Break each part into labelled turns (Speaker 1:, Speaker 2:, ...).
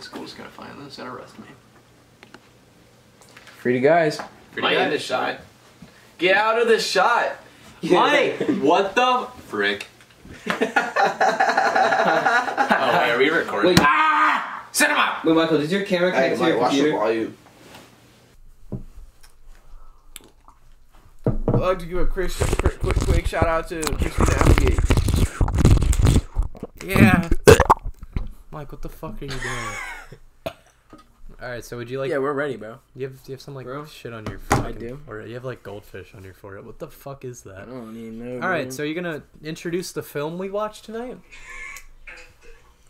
Speaker 1: school's gonna find this and arrest me.
Speaker 2: Free to guys.
Speaker 3: Pretty good in this shot. Get out of this shot.
Speaker 1: Mike,
Speaker 3: what the frick? oh, wait, are we recording?
Speaker 4: Wait.
Speaker 3: Ah! Set him up.
Speaker 4: Wait, Michael, did your camera
Speaker 5: Hey,
Speaker 4: connect to
Speaker 5: Mike,
Speaker 4: your
Speaker 5: watch the
Speaker 4: computer?
Speaker 5: volume.
Speaker 6: I'd like to give a Chris, quick, quick, quick shout out to Christina Applegate. Yeah.
Speaker 7: Mike, what the fuck are you doing? All right, so would you like?
Speaker 2: Yeah, we're ready, bro.
Speaker 7: You have you have some like
Speaker 2: Bro?
Speaker 7: shit on your fucking
Speaker 2: do.
Speaker 7: forehead. You have like goldfish on your forehead. What the fuck is
Speaker 2: I
Speaker 7: that?
Speaker 2: don't even know.
Speaker 7: All right, so you're gonna introduce the film we watched tonight.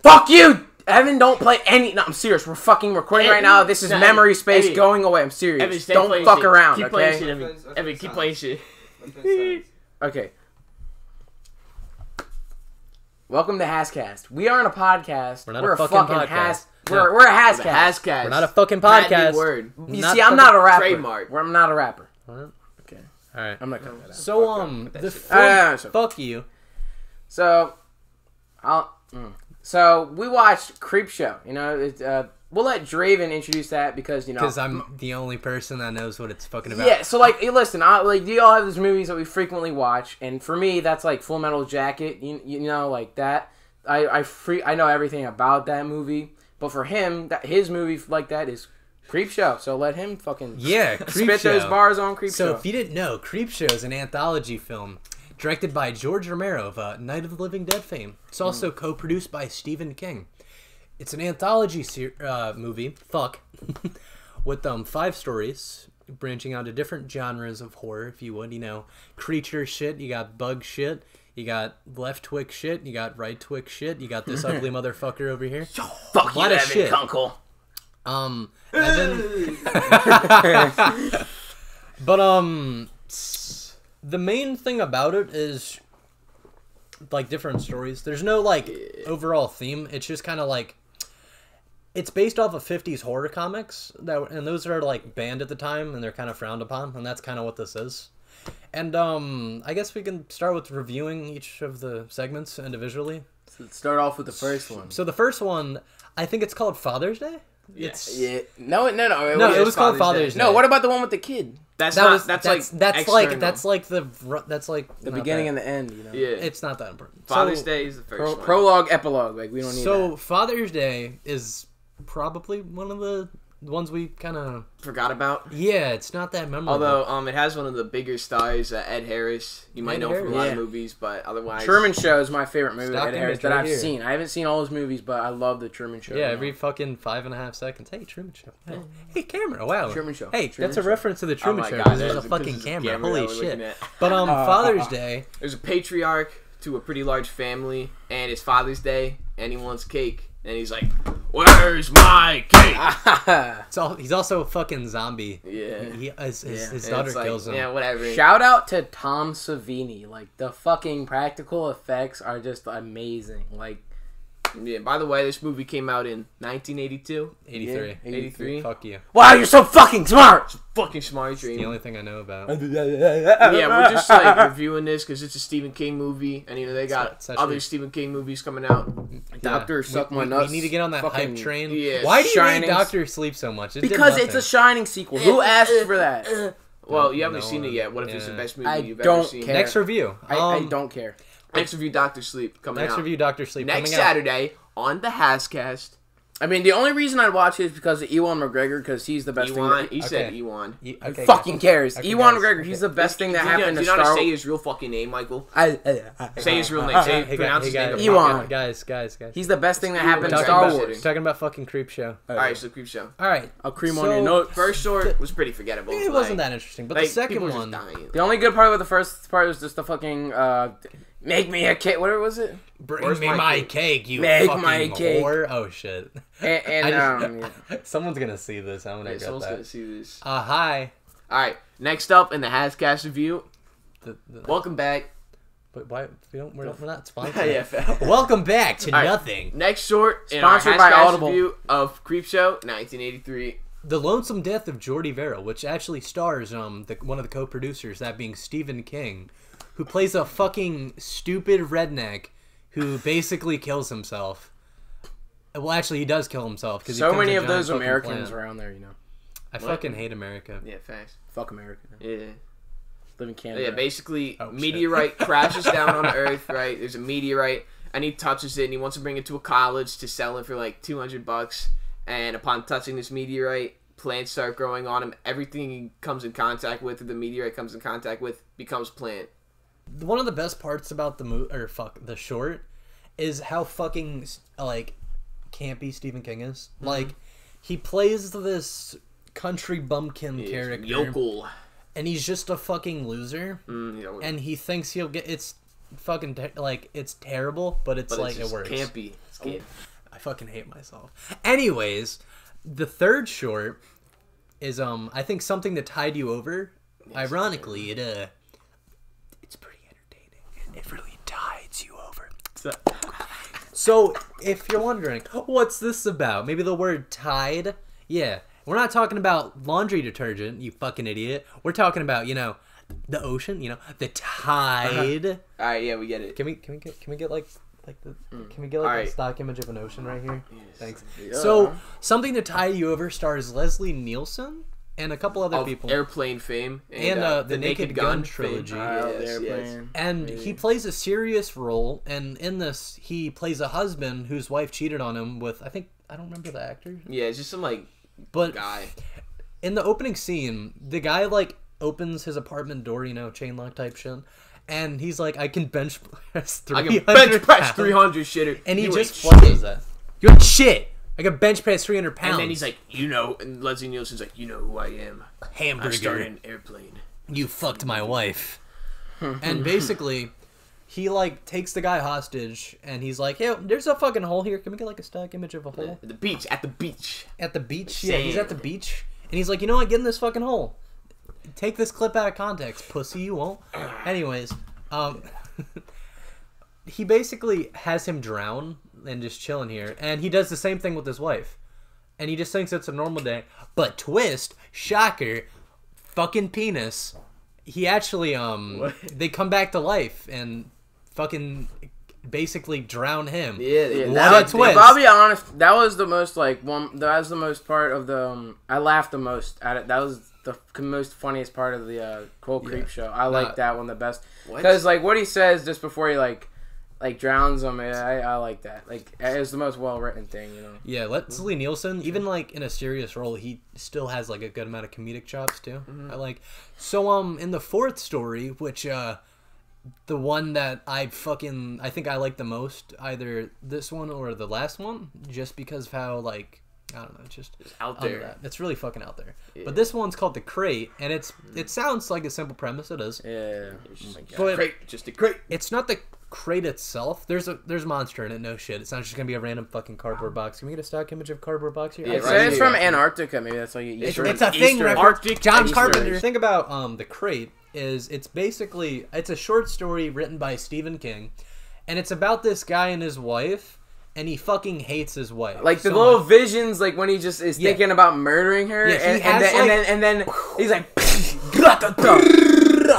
Speaker 2: fuck you, Evan. Don't play any. No, I'm serious. We're fucking recording right now. This is
Speaker 8: no,
Speaker 2: memory
Speaker 8: Evan,
Speaker 2: space
Speaker 8: Evan.
Speaker 2: going away. I'm serious.
Speaker 8: Evan, stay
Speaker 2: don't
Speaker 8: playing
Speaker 2: fuck
Speaker 8: shit.
Speaker 2: around,
Speaker 8: Keep
Speaker 2: okay?
Speaker 8: playing shit, Evan.
Speaker 4: That's- that's
Speaker 8: Evan,
Speaker 4: what
Speaker 8: keep
Speaker 4: it
Speaker 8: playing shit.
Speaker 2: Okay. Welcome to Hascast. We aren't a podcast.
Speaker 7: We're not
Speaker 2: we're
Speaker 7: a fucking podcast.
Speaker 2: Has.
Speaker 7: No.
Speaker 2: We're, we're a Hascast.
Speaker 8: Hascast.
Speaker 7: We're not a fucking
Speaker 8: Patented
Speaker 7: podcast.
Speaker 8: word.
Speaker 2: you
Speaker 7: not
Speaker 2: see, I'm
Speaker 7: fucking-
Speaker 2: not a rapper.
Speaker 8: Trademark. Oh,
Speaker 2: We're- I'm not a rapper.
Speaker 7: Okay. All right.
Speaker 2: I'm not cutting that out.
Speaker 7: So um, the film,
Speaker 2: Alright, alright, so-
Speaker 7: fuck you.
Speaker 2: So, I'll. mm. So we watched Creep Show. You know, it, uh, we'll let Draven introduce that because you know.
Speaker 7: Because I'm the only person that knows what it's fucking about.
Speaker 2: Yeah, so like, hey, listen, I, like, you all have these movies that we frequently watch, and for me, that's like Full Metal Jacket. You, you know, like that. I I free I know everything about that movie, but for him, that his movie like that is Creep Show. So let him fucking
Speaker 7: Yeah,
Speaker 2: spit
Speaker 7: Creepshow.
Speaker 2: those bars on Creep
Speaker 7: So
Speaker 2: Show.
Speaker 7: if you didn't know, Creepshow is an anthology film directed by George Romero of uh, Night of the Living Dead fame. It's
Speaker 2: Hmm.
Speaker 7: also co-produced by Stephen King. It's an anthology ser- uh, movie, fuck, with um five stories branching out to different genres of horror, if you would. You know, creature shit. You got bug shit. You got left twick shit. You got right twick shit. You got this ugly motherfucker over here.
Speaker 2: Fuck
Speaker 7: you, lot of Evan shit.
Speaker 2: Kunkel.
Speaker 7: Um, and then- but um, s- the main thing about it is like different stories. There's no like overall theme. It's just kind of like it's based off of 50s horror comics that were- and those are like banned at the time and they're kind of frowned upon and that's kind of what this is. And um, I guess we can start with reviewing each of the segments individually.
Speaker 2: Start off with the first one.
Speaker 7: So the first one, I think it's called Father's Day. It's
Speaker 2: Yeah. No, no, no. It
Speaker 7: no,
Speaker 2: was,
Speaker 7: it was
Speaker 4: Father's
Speaker 7: called
Speaker 4: Day.
Speaker 7: Father's Day.
Speaker 2: no. What about the one with the kid?
Speaker 8: That's
Speaker 7: that
Speaker 8: not.
Speaker 7: was
Speaker 8: that's,
Speaker 7: that's
Speaker 8: like.
Speaker 7: that's like
Speaker 8: external.
Speaker 7: that's like the r- that's like
Speaker 2: The beginning and the end. You know.
Speaker 8: Yeah.
Speaker 7: It's not that important.
Speaker 8: Father's
Speaker 7: so,
Speaker 8: Day is the first
Speaker 2: Pro-
Speaker 8: one.
Speaker 2: prologue, epilogue. Like we don't need.
Speaker 7: So Father's Day is probably one of the ones we kind of
Speaker 8: Forgot about.
Speaker 7: yeah. It's not that memorable.
Speaker 8: Although um, it has one of the bigger stars, uh, Ed Harris. You might
Speaker 7: Ed
Speaker 8: know from
Speaker 7: Harris.
Speaker 8: a lot
Speaker 2: Yeah.
Speaker 8: of movies, but otherwise,
Speaker 2: that. Truman Show is my favorite movie
Speaker 7: Stock
Speaker 2: that, Harris,
Speaker 7: image
Speaker 2: that
Speaker 7: right
Speaker 2: I've
Speaker 7: here.
Speaker 2: seen. I haven't seen all his movies, but I love the Truman Show.
Speaker 7: yeah,
Speaker 2: you know?
Speaker 7: every fucking five and a half seconds. Hey Truman Show. Hey, hey camera. Wow.
Speaker 2: Truman Show.
Speaker 7: Hey,
Speaker 2: Truman
Speaker 7: that's a
Speaker 2: Show.
Speaker 7: reference to the
Speaker 8: Oh
Speaker 7: Truman
Speaker 8: my
Speaker 7: Show.
Speaker 8: God,
Speaker 7: because There's a
Speaker 8: there's
Speaker 7: fucking
Speaker 8: there's
Speaker 7: camera.
Speaker 8: that
Speaker 7: Holy
Speaker 8: we're
Speaker 7: shit.
Speaker 8: looking at.
Speaker 7: But um, Father's Day.
Speaker 8: There's a patriarch to a pretty large family, and it's Father's Day, and he wants cake, and he's like, "Where's my cake?"
Speaker 7: It's all, he's also a fucking zombie.
Speaker 8: Yeah.
Speaker 7: He, his his,
Speaker 2: Yeah.
Speaker 7: his
Speaker 8: And
Speaker 7: daughter
Speaker 8: it's like,
Speaker 7: kills him.
Speaker 8: Yeah, whatever.
Speaker 2: Shout out to Tom Savini. Like the fucking practical effects are just amazing. Like
Speaker 8: yeah. By the way, this movie came out in 1982.
Speaker 7: 83.
Speaker 2: Yeah,
Speaker 8: 83.
Speaker 7: Fuck you.
Speaker 2: wow, you're so fucking smart.
Speaker 8: Fucking smart dream.
Speaker 7: The only thing I know about.
Speaker 8: yeah, we're just like reviewing this because it's a Stephen King movie, and you know they got
Speaker 7: Such- such
Speaker 8: other
Speaker 7: a-
Speaker 8: Stephen King movies coming out.
Speaker 2: Doctor,
Speaker 7: We-
Speaker 2: suck
Speaker 7: we,
Speaker 2: my nuts.
Speaker 7: We need to get on that
Speaker 2: Fucking-
Speaker 7: hype train.
Speaker 8: Yeah,
Speaker 7: Why do you
Speaker 2: Shining's-
Speaker 7: hate Doctor Sleep so much? It did
Speaker 2: Because it's a
Speaker 7: nothing.
Speaker 2: Shining sequel. Who asked for that?
Speaker 8: Well, you haven't
Speaker 7: No,
Speaker 8: seen it yet. What if it's the
Speaker 7: yeah.
Speaker 8: best movie
Speaker 2: I
Speaker 8: you've
Speaker 2: don't
Speaker 8: ever seen?
Speaker 2: care.
Speaker 7: next review.
Speaker 2: I, I
Speaker 7: Um,
Speaker 2: don't care.
Speaker 8: Next review, Doctor Sleep coming
Speaker 7: Next
Speaker 8: out
Speaker 7: review, Doctor Sleep.
Speaker 8: next
Speaker 7: coming out.
Speaker 8: Saturday on the Hascast.
Speaker 2: I mean, the only reason I'd watch it is because of Ewan McGregor, because he's the best
Speaker 8: Ewan,
Speaker 2: thing.
Speaker 8: he said
Speaker 7: Okay.
Speaker 8: Ewan.
Speaker 7: You-
Speaker 2: That,
Speaker 7: okay,
Speaker 2: fucking cares.
Speaker 7: Okay,
Speaker 2: Ewan
Speaker 7: guys.
Speaker 2: McGregor, he's the best thing that
Speaker 8: Do you know-
Speaker 2: happened
Speaker 8: do
Speaker 2: to
Speaker 8: you know how
Speaker 2: Star
Speaker 8: to
Speaker 2: Wars.
Speaker 8: say his real fucking name, Michael?
Speaker 2: I- I- I-
Speaker 8: Say his real name.
Speaker 7: guys.
Speaker 8: Say,
Speaker 7: Hey,
Speaker 8: pronounce
Speaker 7: guys,
Speaker 8: his name.
Speaker 7: guys,
Speaker 8: in
Speaker 2: Ewan.
Speaker 8: pocket.
Speaker 7: guys, guys, guys.
Speaker 2: He's the best thing that
Speaker 8: Steven
Speaker 2: happened to
Speaker 8: Tyler
Speaker 2: Star
Speaker 8: Bassett.
Speaker 2: Wars. Oh,
Speaker 7: Talking about fucking creep show.
Speaker 8: All right, so creep show.
Speaker 7: All right,
Speaker 2: A cream
Speaker 7: So-
Speaker 2: on your nose.
Speaker 8: First short was pretty forgettable.
Speaker 7: it wasn't that interesting, but the second
Speaker 8: people were
Speaker 7: one,
Speaker 8: Just dying.
Speaker 2: The only good part of the first part was just the fucking uh, make me a kid. Whatever was it?
Speaker 7: bring
Speaker 8: Where's
Speaker 7: me
Speaker 8: my
Speaker 7: my
Speaker 8: cake?
Speaker 7: cake, you
Speaker 2: Make
Speaker 7: fucking
Speaker 2: my cake.
Speaker 7: whore. Oh shit.
Speaker 2: And,
Speaker 7: I
Speaker 2: and
Speaker 7: just-
Speaker 2: um, yeah.
Speaker 7: someone's gonna see this. I'm gonna
Speaker 8: Yeah,
Speaker 7: get
Speaker 8: someone's
Speaker 7: that.
Speaker 8: gonna see this.
Speaker 7: Uh, hi.
Speaker 8: All right, next up in the Hascast review,
Speaker 7: The, the,
Speaker 8: welcome back.
Speaker 7: but why we don't? We're, not- we're not sponsored.
Speaker 8: AFL.
Speaker 7: Welcome back to
Speaker 8: All right.
Speaker 7: nothing.
Speaker 8: Next short in our
Speaker 2: Sponsored by
Speaker 8: Hascast
Speaker 2: Audible.
Speaker 8: review of Creepshow 1983.
Speaker 7: The Lonesome Death of Jordy Vera, which actually stars um the, one of the co-producers, that being Stephen King, who plays a fucking stupid redneck who basically kills himself. Well, actually, he does kill himself because
Speaker 2: So many of those Americans around there, you know.
Speaker 7: I fucking hate America.
Speaker 8: Yeah, facts.
Speaker 2: Fuck America.
Speaker 8: Yeah.
Speaker 2: Live in
Speaker 8: Yeah,
Speaker 2: Canada.
Speaker 8: basically,
Speaker 7: Oh, shit.
Speaker 8: meteorite crashes down on Earth, right? There's a meteorite, and he touches it, and he wants to bring it to a college to sell it for like 200 bucks. And upon touching this meteorite, plants start growing on him. Everything he comes in contact with, that the meteorite comes in contact with, becomes plant.
Speaker 7: One of the best parts about the movie, or fuck, the short, is how fucking like campy Stephen King is.
Speaker 2: Mm-hmm.
Speaker 7: Like, he plays this country bumpkin character,
Speaker 8: Yokel.
Speaker 7: and he's just a fucking
Speaker 2: Mm-hmm.
Speaker 7: loser,
Speaker 8: Mm, you know,
Speaker 7: and he thinks he'll get. It's fucking ter- like it's terrible, but it's
Speaker 8: but
Speaker 7: like Oh.
Speaker 8: it's just
Speaker 7: it works.
Speaker 8: campy. It's camp-
Speaker 7: I fucking hate myself. Anyways, the third short is um I think something that tied you over. Ironically, it uh it's pretty entertaining. It really tides you over. So, if you're wondering, what's this about? Maybe the word tide? Yeah. We're not talking about laundry detergent, you fucking idiot. We're talking about, you know, the ocean, you know, the tide.
Speaker 8: All right, yeah, we get it.
Speaker 7: Can we can we get can we get like like the can we get like
Speaker 8: Hmm. Alright.
Speaker 7: a stock image of an ocean right here? Thanks. So something to tie you over stars Leslie Nielsen and a couple other
Speaker 8: Of
Speaker 7: people,
Speaker 8: airplane fame
Speaker 7: and uh, the, Naked, Gun, trilogy.
Speaker 8: Ah, Yes,
Speaker 2: Out there
Speaker 8: yes.
Speaker 2: playing.
Speaker 7: And he plays a serious role, and in this he plays a husband whose wife cheated on him with I think I don't remember the actor,
Speaker 8: Yeah, it's just some like
Speaker 7: but
Speaker 8: guy.
Speaker 7: in the opening scene, the guy like opens his apartment door, you know, chain lock type shit, and he's like, "I can bench press
Speaker 8: I
Speaker 7: three
Speaker 8: can
Speaker 7: hundred
Speaker 8: bench press 300 shitter.
Speaker 7: and he
Speaker 8: You
Speaker 7: just
Speaker 8: ain't shit.
Speaker 7: flushes it. You ain't shit. I got bench press 300 pounds.
Speaker 8: And then he's like, you know, and Leslie Nielsen's like, you know who I am. I started
Speaker 7: hamburger.
Speaker 8: an airplane.
Speaker 7: You fucked my wife. and basically, he like takes the guy hostage, and he's like, "Yo, there's a fucking hole here. Can we get like a stock image of a hole
Speaker 8: At the beach, at the beach.
Speaker 7: at the beach? Yeah, he's
Speaker 8: Sand.
Speaker 7: at the beach, and he's like, you know what? Get in this fucking hole. Take this clip out of context, pussy. You won't. Anyways, um, he basically has him drown and just chilling here, and he does the same thing with his wife. and he just thinks it's a normal day. But twist, shocker, fucking penis. He actually um they come back to life and fucking basically drown him.
Speaker 8: Yeah, yeah.
Speaker 7: What
Speaker 2: That
Speaker 7: a
Speaker 2: was,
Speaker 7: twist.
Speaker 2: if I'll be honest, that was the most like one. That was the most part of the. Um, I laughed the most at it. That was the f- most funniest part of the uh, Cold Creep show. I like that one the best because like what he says just before he like like drowns him. I, I, I like that. Like it was the most well written thing. You know.
Speaker 7: Yeah,
Speaker 8: Hmm.
Speaker 7: Leslie Nielsen, even like in a serious role, he still has like a good amount of comedic chops too.
Speaker 8: Mm-hmm.
Speaker 7: I like. So um, in the fourth story, which uh, the one that I fucking I think I like the most, either this one or the last one, just because of how like I don't know, it's just
Speaker 8: out
Speaker 7: on
Speaker 8: there.
Speaker 7: that. It's really fucking out there. But this one's called the crate, and it's
Speaker 8: Hmm.
Speaker 7: it sounds like a simple premise. It is,
Speaker 2: Yeah. Oh my god.
Speaker 7: but
Speaker 8: Crate, just a crate.
Speaker 7: it's not the crate itself. There's a there's a monster in it. No shit. It's not just gonna be a random fucking cardboard box. Can we get a stock image of cardboard box here?
Speaker 8: Yeah,
Speaker 2: So
Speaker 8: right
Speaker 2: it's
Speaker 8: here.
Speaker 2: from Antarctica. Maybe that's like. It's,
Speaker 7: It's a thing.
Speaker 8: Easter egg.
Speaker 7: reference.
Speaker 8: Arctic
Speaker 7: John
Speaker 8: Easter
Speaker 7: Carpenter.
Speaker 8: eggs.
Speaker 7: Think about um the crate is it's basically it's a short story written by Stephen King, and it's about this guy and his wife, and he fucking hates his wife.
Speaker 2: like the
Speaker 7: so
Speaker 2: little
Speaker 7: much.
Speaker 2: visions, like when he just is
Speaker 7: Yeah.
Speaker 2: thinking about murdering her,
Speaker 7: Yeah, he
Speaker 2: and,
Speaker 7: has,
Speaker 2: and, then,
Speaker 7: like-
Speaker 2: and then and then he's like,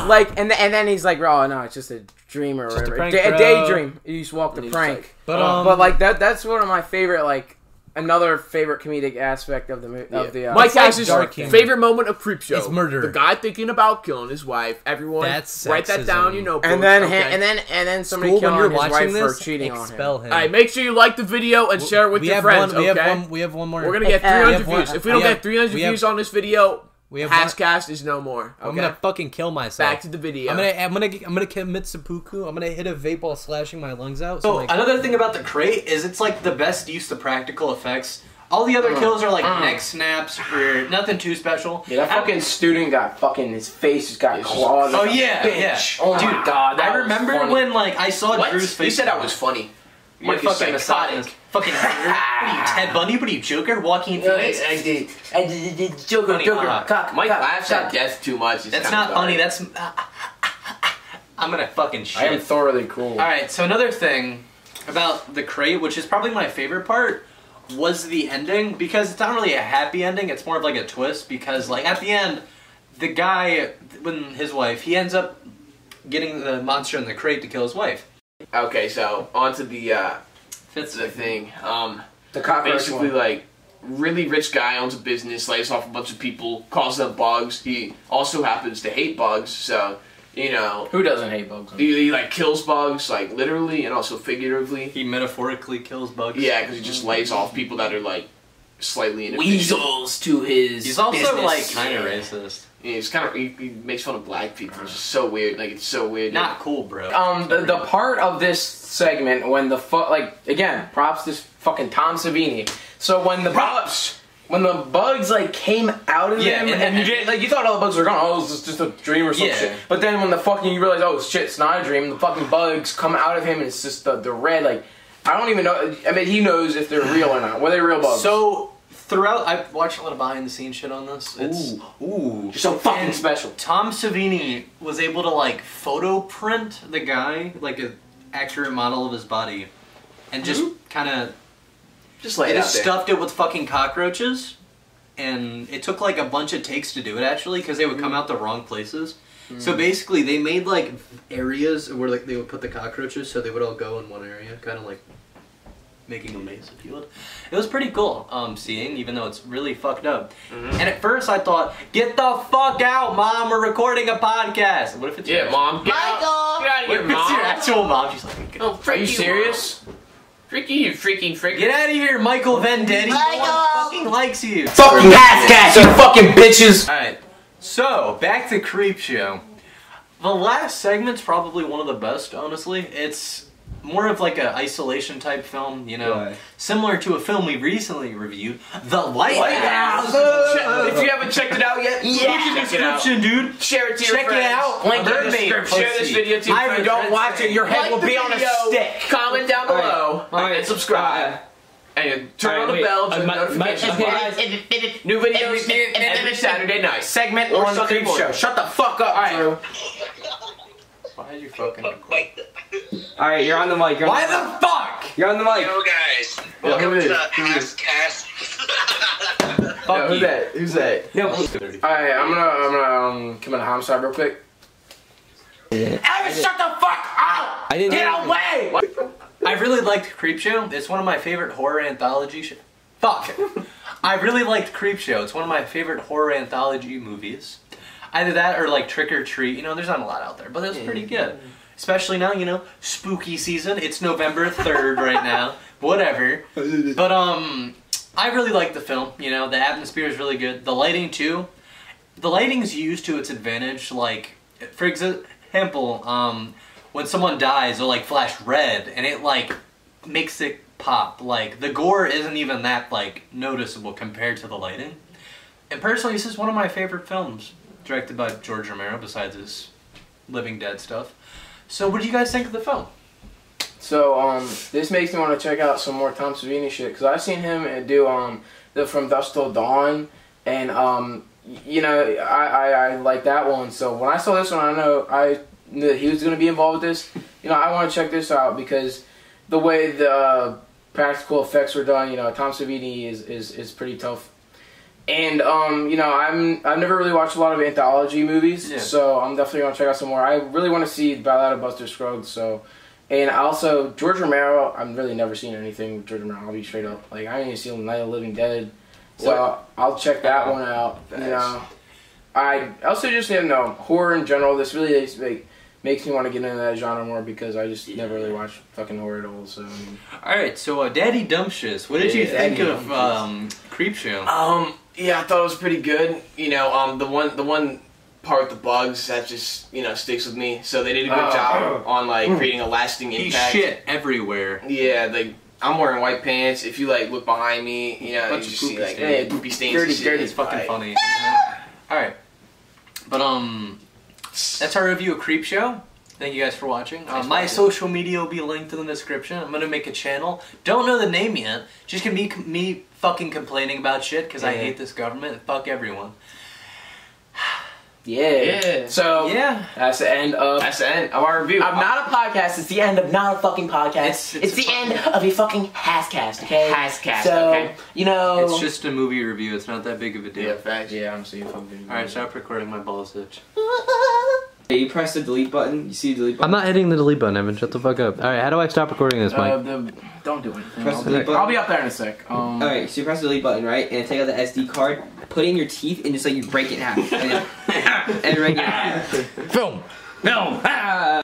Speaker 2: like and th- and then he's like, oh no, it's just a dream or
Speaker 7: a
Speaker 2: whatever, a,
Speaker 7: prank,
Speaker 2: day, a
Speaker 7: bro."
Speaker 2: daydream. You just walk the
Speaker 8: he's uh,
Speaker 2: prank,
Speaker 8: like,
Speaker 7: But, um,
Speaker 2: but like that, that's one of my favorite, like another favorite comedic aspect of the movie. Of the uh,
Speaker 8: Mike
Speaker 7: like
Speaker 8: Tyson's
Speaker 7: dark humor.
Speaker 8: favorite moment of Creep Show.
Speaker 7: It's murder.
Speaker 8: The guy thinking about killing his wife. Everyone,
Speaker 7: That's
Speaker 8: write that down.
Speaker 7: sexism.
Speaker 8: You know,
Speaker 2: and then ha- and then and then somebody
Speaker 7: School, when
Speaker 2: killing
Speaker 7: you're
Speaker 2: his wife
Speaker 7: watching this,
Speaker 2: for cheating on him.
Speaker 7: expel him.
Speaker 8: All right, make sure you like the video and share it with
Speaker 7: we
Speaker 8: your
Speaker 7: have
Speaker 8: friends.
Speaker 7: one. We
Speaker 8: okay,
Speaker 7: have one. We have one more.
Speaker 8: we're gonna get
Speaker 2: We have
Speaker 8: 300
Speaker 7: one-
Speaker 8: views. If we don't
Speaker 7: we have-
Speaker 8: get 300
Speaker 7: we have-
Speaker 8: views on this video,
Speaker 7: We have one-
Speaker 8: Hascast is no more. Okay,
Speaker 7: I'm gonna fucking kill myself.
Speaker 8: back to the video.
Speaker 7: I'm gonna, I'm gonna, I'm gonna commit seppuku. I'm gonna hit a vape while slashing my lungs out. So
Speaker 4: So
Speaker 7: like,
Speaker 4: Oh, another thing about the crate is it's like the best use of practical effects. All the other
Speaker 8: Mm.
Speaker 4: kills are like neck snaps or nothing too special. I-
Speaker 2: student got fucking his face just got claws.
Speaker 4: Oh yeah, yeah. Dude, I remember when like I saw
Speaker 8: What?
Speaker 4: Drew's face.
Speaker 8: You said I was funny.
Speaker 4: You're
Speaker 8: fucking
Speaker 4: fucking
Speaker 8: psychotic.
Speaker 4: misogynist. Fucking. what are you, Ted Bundy? What are you, Joker? Walking into
Speaker 8: I did.
Speaker 2: I did, did, Joker,
Speaker 4: Funny,
Speaker 2: Joker,
Speaker 4: uh,
Speaker 2: cock,
Speaker 8: Mike
Speaker 2: cock,
Speaker 8: laughs
Speaker 2: cock.
Speaker 8: at death too much. It's
Speaker 4: That's
Speaker 8: kinda
Speaker 4: not
Speaker 8: dark.
Speaker 4: funny. That's. I'm gonna fucking shit.
Speaker 2: I am thoroughly cool.
Speaker 4: All right, so another thing about the crate, which is probably my favorite part, was the ending because it's not really a happy ending. It's more of like a twist because, like, at the end, the guy, when his wife, he ends up getting the monster in the crate to kill his wife.
Speaker 8: Okay, so on to the uh,
Speaker 4: Fifth
Speaker 8: the thing. Um,
Speaker 2: The cockroach
Speaker 8: basically
Speaker 2: one.
Speaker 8: like really rich guy owns a business, lays off a bunch of people, calls them bugs. He also happens to hate bugs, so you know
Speaker 9: Who doesn't hate bugs?
Speaker 8: he, he like kills bugs, like literally and also figuratively.
Speaker 7: He metaphorically kills bugs.
Speaker 8: Yeah, because he just lays off people that are like slightly inefficient.
Speaker 9: Weasels to his.
Speaker 7: He's also
Speaker 9: business.
Speaker 7: like kind of racist.
Speaker 8: Yeah, He's kind of he, he makes fun of black people. It's just so weird. Like it's so weird.
Speaker 7: Not cool, bro.
Speaker 2: um the, the part of this segment when the fu- like again props to fucking Tom Savini. So when the props when the bugs like came out of
Speaker 7: Yeah,
Speaker 2: him
Speaker 7: and-
Speaker 2: and, you did, like you thought all the bugs were gone, oh, it's just, just a dream or some
Speaker 7: Yeah.
Speaker 2: shit. But then when the fucking you realize, oh shit, it's not a dream. The fucking bugs come out of him and it's just the the red like. I don't even know. I mean, he knows if they're real or not. Were they real bugs?
Speaker 7: So throughout, I've watched a lot of behind the scenes shit on this. It's ooh,
Speaker 2: You're so fucking special.
Speaker 7: Tom Savini was able to like photo print the guy, like a accurate model of his body, and just kind of
Speaker 9: just like
Speaker 7: they just stuffed it with fucking cockroaches, and it took like a bunch of takes to do it actually because they would come out the wrong places. So basically, they made like areas where like they would put the cockroaches, so they would all go in one area, kind of like making a maze, if you would. It was pretty cool um, seeing, even though it's really fucked up. And at first, I thought, "Get the fuck out, mom! We're recording a podcast." What if it's your
Speaker 8: yeah,
Speaker 7: actual-
Speaker 8: mom. Get out, get out of here,
Speaker 7: What if it's your
Speaker 8: mom.
Speaker 7: actual mom? She's like, "Get-
Speaker 8: Oh,
Speaker 2: Are you serious?
Speaker 8: Freaky, you freaking freaky.
Speaker 7: "Get out of here, Michael Vendetti! No one fucking likes you."
Speaker 2: Fucking gas gas, you fucking bitches.
Speaker 7: All right. So back to creep show. The last segment's probably one of the best, honestly. It's more of like a isolation type film, you know, similar to a film we recently reviewed, The Lighthouse.
Speaker 10: If you haven't checked it out yet,
Speaker 7: Look at the description, dude.
Speaker 10: share it to your
Speaker 7: Check
Speaker 10: friends.
Speaker 7: it out.
Speaker 2: Link in
Speaker 7: Mermaid
Speaker 2: description.
Speaker 10: Share this
Speaker 7: pussy.
Speaker 10: video to your
Speaker 7: I
Speaker 10: friends.
Speaker 7: don't watch it. Your head
Speaker 10: Like
Speaker 7: will
Speaker 10: the
Speaker 7: be on a
Speaker 10: video.
Speaker 7: stick.
Speaker 10: Comment down
Speaker 7: right.
Speaker 10: below
Speaker 7: All right.
Speaker 10: and subscribe. And turn
Speaker 11: All right,
Speaker 10: on the
Speaker 11: wait.
Speaker 10: bell
Speaker 11: Uh,
Speaker 10: to
Speaker 11: my- my-
Speaker 10: notifications. New videos every Saturday night.
Speaker 2: Segment
Speaker 10: Or
Speaker 2: on the
Speaker 10: Sunday
Speaker 2: creep
Speaker 10: morning.
Speaker 2: show. Shut the fuck up, Drew.
Speaker 7: Why are you fucking?
Speaker 12: All right, you're on the mic. You're on
Speaker 7: Why
Speaker 12: the,
Speaker 7: the fuck?
Speaker 12: You're on the mic.
Speaker 13: Yo guys, welcome to the Ask Cast.
Speaker 7: Fuck
Speaker 2: Who's
Speaker 7: you.
Speaker 2: that? Who's that?
Speaker 12: No.
Speaker 2: Alright, I'm gonna I'm gonna um, commit a homicide real quick. Evan, shut the fuck up!
Speaker 12: I didn't
Speaker 2: Get
Speaker 12: hear you.
Speaker 2: away!
Speaker 7: I really liked Creepshow. It's one of my favorite horror anthology shows. Fuck. I really liked Creepshow. It's one of my favorite horror anthology movies. Either that or like Trick or Treat. You know, there's not a lot out there, but that's pretty good. Especially now, you know, spooky season. It's November 3rd right now. Whatever. But um I really like the film, you know, the atmosphere is really good. The lighting too. The lighting's used to its advantage like for example, um when someone dies, they'll like flash red, and it like makes it pop. Like the gore isn't even that like noticeable compared to the lighting. And personally, this is one of my favorite films, directed by George Romero. Besides his Living Dead stuff. So, what do you guys think of the film?
Speaker 2: So um, this makes me want to check out some more Tom Savini shit because I've seen him uh, do um the From Dusk Till Dawn, and um y- you know I, I I like that one. So when I saw this one, I know I knew that he was gonna be involved with this. You know I want to check this out because the way the uh, practical effects were done, you know Tom Savini is is is pretty tough. And um, you know, I'm I've never really watched a lot of anthology movies,
Speaker 7: Yeah.
Speaker 2: so I'm definitely gonna check out some more. I really want to see Ballad of Buster Scruggs, so and also George Romero, I've really never seen anything with George Romero. I'll be straight up. Like I didn't see him in Night of the Living Dead, so I'll check that one out. You know, I also just you know horror in general. This really is, like, makes me want to get into that genre more because I just never really watched fucking horror at all. So I mean,
Speaker 7: All right, so uh, Daddy Dumptious, what did you
Speaker 2: Yeah,
Speaker 7: think
Speaker 2: Daddy
Speaker 7: of um, Creepshow?
Speaker 8: Um, yeah, I thought it was pretty good. You know, um, the one the one part with the bugs that just you know sticks with me. So they did a good
Speaker 2: Oh.
Speaker 8: job on like creating a lasting
Speaker 7: He
Speaker 8: impact.
Speaker 7: shit everywhere.
Speaker 8: Yeah, like I'm wearing white pants. If you like look behind me, you know, you
Speaker 7: Bunch of
Speaker 8: just
Speaker 7: poopy
Speaker 8: see like
Speaker 7: stains.
Speaker 8: yeah, poopy stains.
Speaker 2: Dirty,
Speaker 8: and shit.
Speaker 2: dirty
Speaker 7: It's fucking
Speaker 8: Like,
Speaker 7: funny. All right, but um, that's our review of Creepshow. Thank you guys for watching. Uh, my social media will be linked in the description. I'm gonna make a channel. Don't know the name yet. Just gonna be me fucking complaining about shit because I hate this government and fuck everyone.
Speaker 2: yeah.
Speaker 8: Yeah.
Speaker 2: So
Speaker 7: Yeah,
Speaker 2: that's the end of.
Speaker 8: That's the end of our review.
Speaker 9: I'm not a podcast. It's the end of not a fucking podcast.
Speaker 7: It's-
Speaker 9: It's,
Speaker 7: it's a
Speaker 9: the
Speaker 7: fucking-
Speaker 9: end of a fucking hascast. Okay.
Speaker 8: Hascast,
Speaker 9: So
Speaker 8: okay.
Speaker 9: you know.
Speaker 7: it's just a movie review. It's not that big of a deal.
Speaker 8: Yeah, facts.
Speaker 2: Yeah, I'm seeing fucking.
Speaker 7: All right, stop recording. My balls itch.
Speaker 8: Yeah, you press the delete button. You see the delete
Speaker 7: I'm
Speaker 8: button.
Speaker 7: not hitting the delete button, Evan. Shut the fuck up. All right, how do I stop recording this, Mike?
Speaker 2: Uh, the, don't do anything.
Speaker 8: Press
Speaker 2: I'll
Speaker 8: the
Speaker 2: be,
Speaker 8: delete button.
Speaker 2: I'll be up there in a sec. Um,
Speaker 8: All right, so you press the delete button, right? And take out the SD card, put it in your teeth, and just like you break it in half, and then and break it. in half.
Speaker 2: Film. Film. Ah!